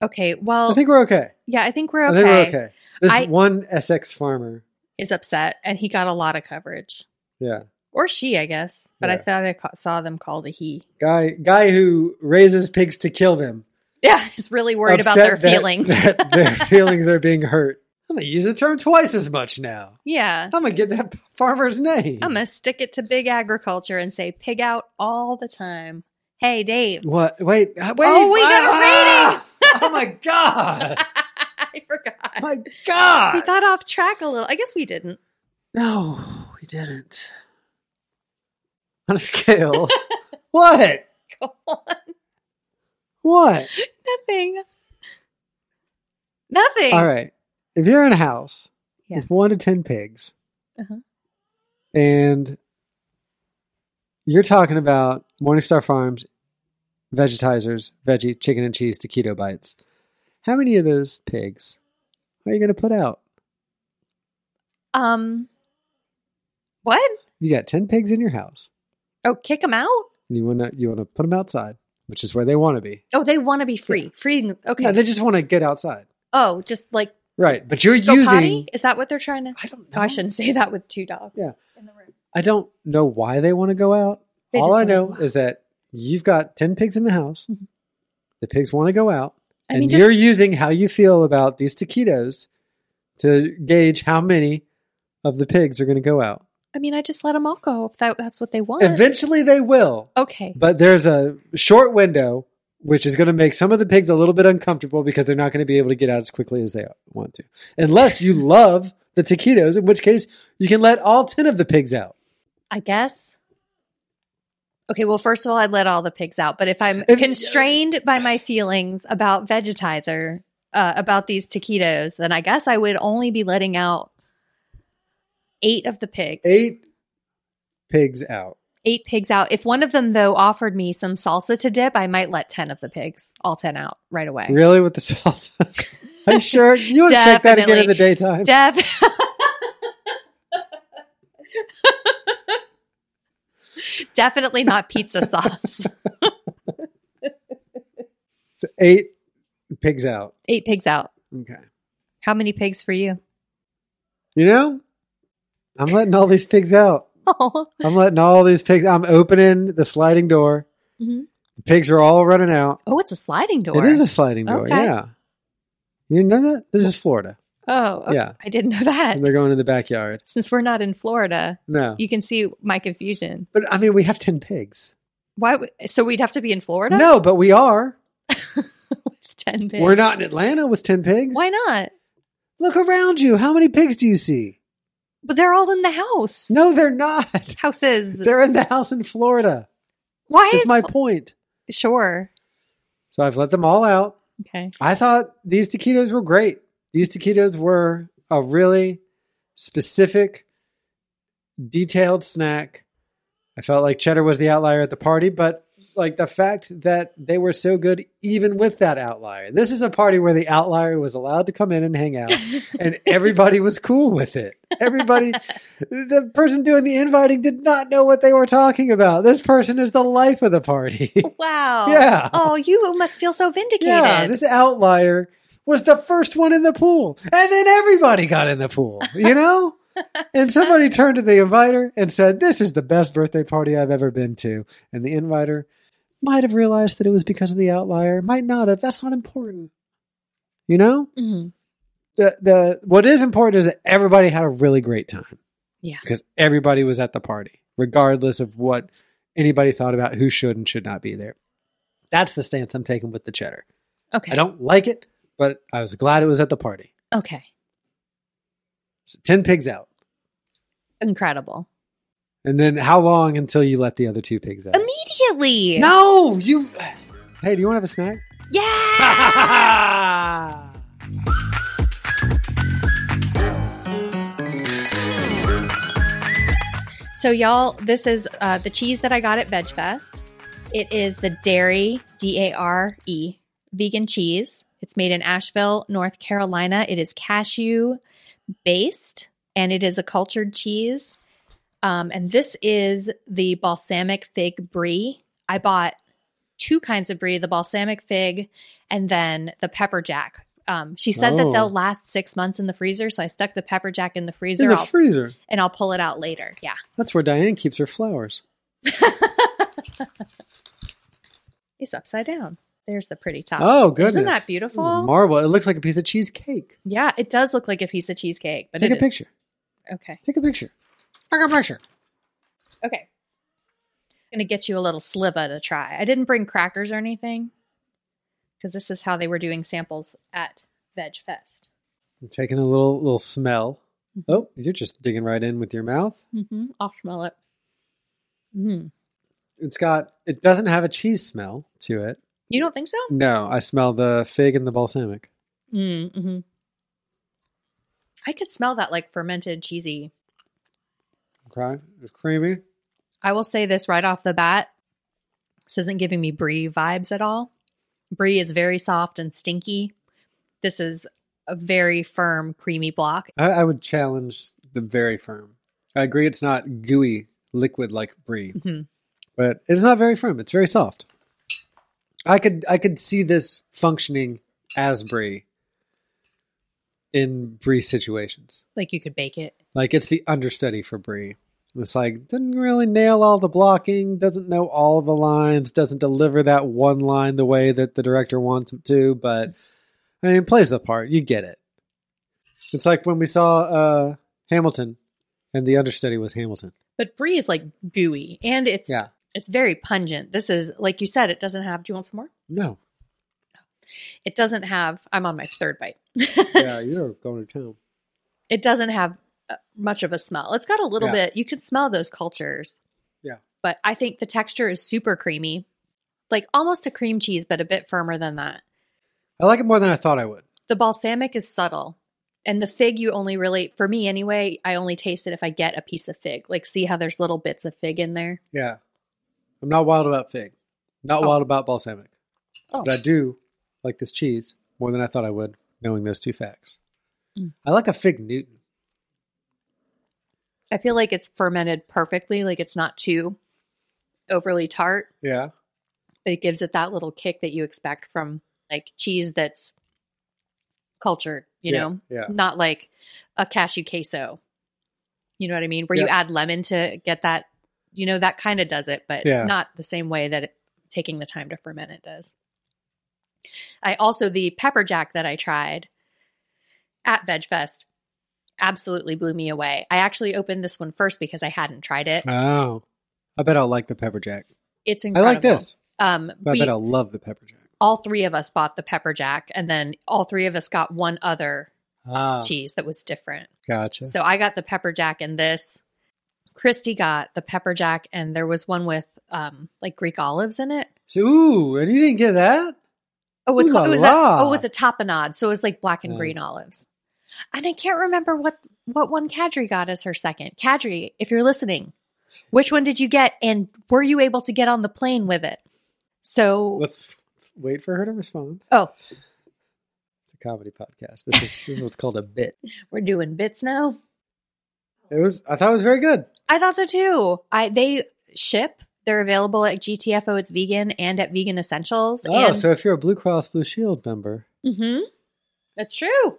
Okay, well, I think we're okay. yeah, I think we're I okay. think we're okay. This I- one Essex farmer. Is upset, and he got a lot of coverage, Yeah. or she, I guess. But I Yeah. thought I ca- saw them called a he. Guy guy who raises pigs to kill them. Yeah, is really worried about their upset that- feelings. that their feelings are being hurt. I'm going to use the term twice as much now. yeah, I'm going to get that farmer's name. I'm gonna stick it to big agriculture and say pig out all the time. Hey, Dave. What? Wait. Wait. Oh, we got a ah! oh, my God. I forgot. my We God. got off track a little. I guess we didn't. No, we didn't. On a scale. what? Go on. What? Nothing. Nothing. All right. If you're in a house Yeah. with one to 10 pigs Uh-huh. and you're talking about Morningstar Farms, vegetizers, veggie, chicken and cheese, taquito bites, how many of those pigs are you going to put out? Um. What? You got 10 pigs in your house Oh, kick them out? and you want to you want to put them outside, which is where they want to be. Oh, they want to be free. Free. Okay. No, they just want to get outside. oh, just like Right, but you're go using. potty? Is that what they're trying to? I don't know. Oh, I shouldn't say that with two dogs Yeah. in the room. I don't know why they want to go out. They All just I wanna know go out. is that you've got ten pigs in the house. Mhm. The pigs want to go out, I and mean, you're just- using how you feel about these taquitos to gauge how many of the pigs are going to go out. I mean, I just let them all go if that, that's what they want. Eventually they will. okay. But there's a short window which is going to make some of the pigs a little bit uncomfortable because they're not going to be able to get out as quickly as they want to. Unless you love the taquitos, in which case you can let all 10 of the pigs out. I guess. Okay, well, first of all, I'd let all the pigs out, but if I'm If- constrained by my feelings about vegetizer, uh, about these taquitos, then I guess I would only be letting out eight of the pigs. Eight pigs out. Eight pigs out. If one of them, though, offered me some salsa to dip, I might let 10 of the pigs, all 10 out right away. Really with the salsa? Are you sure? You would check that again in Definitely. the daytime. Deb. Definitely not pizza sauce. It's eight pigs out. Eight pigs out. Okay. How many pigs for you? You know, I'm letting all these pigs out. Oh, I'm letting all these pigs. I'm opening the sliding door. Mhm. The pigs are all running out. oh, it's a sliding door. It is a sliding door. Okay. Yeah. You didn't know that? This is Florida. oh, okay. Yeah. I didn't know that. And they're going in the backyard. Since we're not in Florida, No. you can see my confusion. But I mean, we have 10 pigs. Why? W- so we'd have to be in Florida. No, but we are. with ten pigs. We're not in Atlanta with 10 pigs. Why not? Look around you. How many pigs do you see? But they're all in the house. No, they're not. Houses. They're in the house in Florida. Why? That's my point. sure. So I've let them all out. Okay. I thought these taquitos were great. These taquitos were a really specific, detailed snack. I felt like cheddar was the outlier at the party, but like the fact that they were so good, even with that outlier. This is a party where the outlier was allowed to come in and hang out, and everybody was cool with it. Everybody, the person doing the inviting did not know what they were talking about. This person is the life of the party. Wow. Yeah. Oh, you must feel so vindicated. Yeah, this outlier was the first one in the pool. And then everybody got in the pool, you know? and somebody turned to the inviter and said, This is the best birthday party I've ever been to. And the inviter might have realized that it was because of the outlier, might not have. That's not important. You know? Mhm. The the what is important is that everybody had a really great time. Yeah. Because everybody was at the party, regardless of what anybody thought about who should and should not be there. That's the stance I'm taking with the cheddar. Okay. I don't like it, but I was glad it was at the party. Okay. So 10 pigs out. Incredible. And then how long until you let the other two pigs out? Immediately. No, you. Hey, do you want to have a snack? Yeah. So y'all, this is uh, the cheese that I got at Veg Fest. It is the dairy D A R E vegan cheese. It's made in Asheville, North Carolina. It is cashew based, and it is a cultured cheese. Um, and this is the balsamic fig brie. I bought two kinds of brie: the balsamic fig, and then the pepper jack. Um, she said Oh. that they'll last six months in the freezer, so I stuck the pepper jack in the freezer. in the I'll- freezer. and I'll pull it out later. Yeah. That's where Diane keeps her flowers. It's upside down. There's the pretty top. Oh, goodness. Isn't that It's beautiful? marble. It looks like a piece of cheesecake. yeah, it does look like a piece of cheesecake, but Take a it is- picture. Okay. Take a picture. Take a picture. Okay. I'm gonna get you a little sliver to try. I didn't bring crackers or anything because this is how they were doing samples at Veg Fest. I'm taking a little little smell. Oh, you're just digging right in with your mouth. Mm-hmm. I'll smell it. Mm. It's got. It doesn't have a cheese smell to it. You don't think so? No, I smell the fig and the balsamic. Mm-hmm. I could smell that like fermented cheesy. Okay, it's creamy. I will say this right off the bat. This isn't giving me brie vibes at all. Brie is very soft and stinky. This is a very firm, creamy block. I, I would challenge the very firm. I agree, it's not gooey liquid like brie, Mhm. but it's not very firm. It's very soft. I could I could see this functioning as brie in brie situations. Like you could bake it. Like it's the understudy for Brie. It's like didn't really nail all the blocking, doesn't know all the lines, doesn't deliver that one line the way that the director wants him to, but I mean plays the part. You get it. It's like when we saw uh Hamilton And the understudy was Hamilton. But brie is like gooey and it's Yeah. it's very pungent. This is like you said, it doesn't have. Do you want some more? No. It doesn't have. I'm on my third bite. Yeah, you're going to town. it doesn't have uh, much of a smell. It's got a little Yeah. bit. You can smell those cultures. Yeah. But I think the texture is super creamy, like almost a cream cheese, but a bit firmer than that. I like it more than I thought I would. The balsamic is subtle. And the fig, you only really, for me anyway, I only taste it if I get a piece of fig. Like, see how there's little bits of fig in there? Yeah. I'm not wild about fig. Not Oh. wild about balsamic. Oh. But I do like this cheese more than I thought I would, knowing those two facts. Mm. I like a fig Newton. I feel like it's fermented perfectly. Like, it's not too overly tart, Yeah. but it gives it that little kick that you expect from like cheese that's cultured, you Yeah, know? yeah. Not like a cashew queso. You know what I mean? Where you Yeah. add lemon to get that, you know, that kind of does it, but Yeah. not the same way that it, taking the time to ferment it does. I also, the pepper jack that I tried at Veg Fest absolutely blew me away. I actually opened this one first because I hadn't tried it. Oh. I bet I'll like the pepper jack. It's I incredible. like this. Um, But we- I bet I'll love the pepper jack. all three of us bought the pepper jack and then all three of us got one other Ah, cheese that was different gotcha. so i got the pepper jack and this christy got the pepper jack and there was one with um like greek olives in it So, ooh, and you didn't get that? oh it's Ooh called, la it was a, la. oh it was a tapenade so it was like black and Mm. green olives and i can't remember what what one kadri got as her second kadri if you're listening which one did you get and were you able to get on the plane with it so Let's, let's wait for her to respond. oh It's a comedy podcast. This is this is what's called a bit. we're doing bits now It was I thought it was very good. I thought so too. I they ship. They're available at GTFO. It's vegan and at Vegan Essentials. Oh, and, so if you're a Blue Cross Blue Shield member, Mhm. that's true.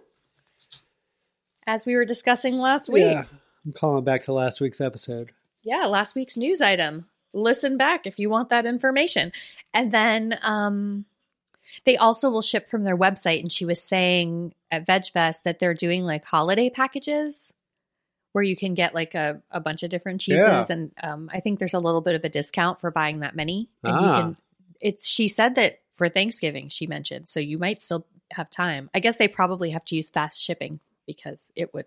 As we were discussing last week, yeah, yeah. I'm calling back to last week's episode. last week's news item. Listen back if you want that information. And then um, they also will ship from their website. And she was saying at VegFest that they're doing like holiday packages where you can get like a, a bunch of different cheeses. Yeah. And um, I think there's a little bit of a discount for buying that many. And Ah. you can, it's, she said that for Thanksgiving, she mentioned. So you might still have time. I guess they probably have to use fast shipping because it would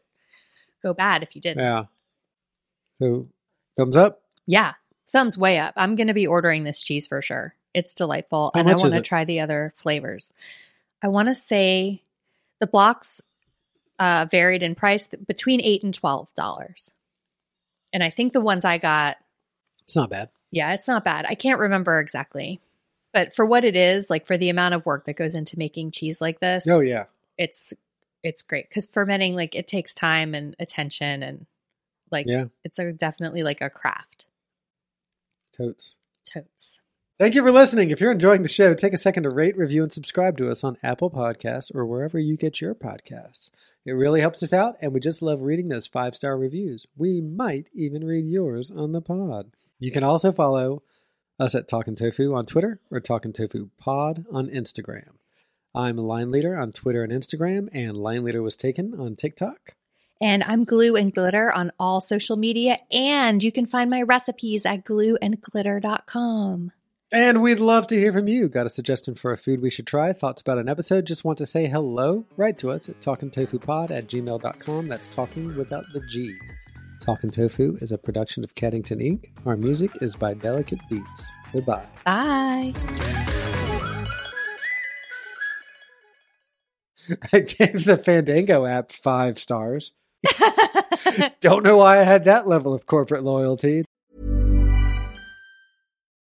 go bad if you didn't. Yeah. So thumbs up. Yeah, some's way up. I'm going to be ordering this cheese for sure. It's delightful, How and I much is want to it? try the other flavors. I want to say the blocks uh, varied in price th- between eight and twelve dollars, and I think the ones I got, It's not bad. yeah, it's not bad. I can't remember exactly, but for what it is, like for the amount of work that goes into making cheese like this, Oh yeah. it's it's great because fermenting like it takes time and attention, and like Yeah. it's a, definitely like a craft. Totes. Totes. Thank you for listening. If you're enjoying the show, take a second to rate, review, and subscribe to us on Apple Podcasts or wherever you get your podcasts. It really helps us out, and we just love reading those five star reviews. We might even read yours on the pod. You can also follow us at Talking Tofu on Twitter or Talking Tofu Pod on Instagram. I'm Line Leader on Twitter and Instagram, and Line Leader was taken on TikTok. And I'm Glue and Glitter on all social media. And you can find my recipes at glueandglitter.com. And we'd love to hear from you. Got a suggestion for a food we should try? Thoughts about an episode? Just want to say hello? Write to us at talkingtofupod at gmail.com. That's talking without the G. Talking Tofu is a production of Caddington Inc. Our music is by Delicate Beats. Goodbye. Bye. I gave the Fandango app five stars. Don't know why I had that level of corporate loyalty.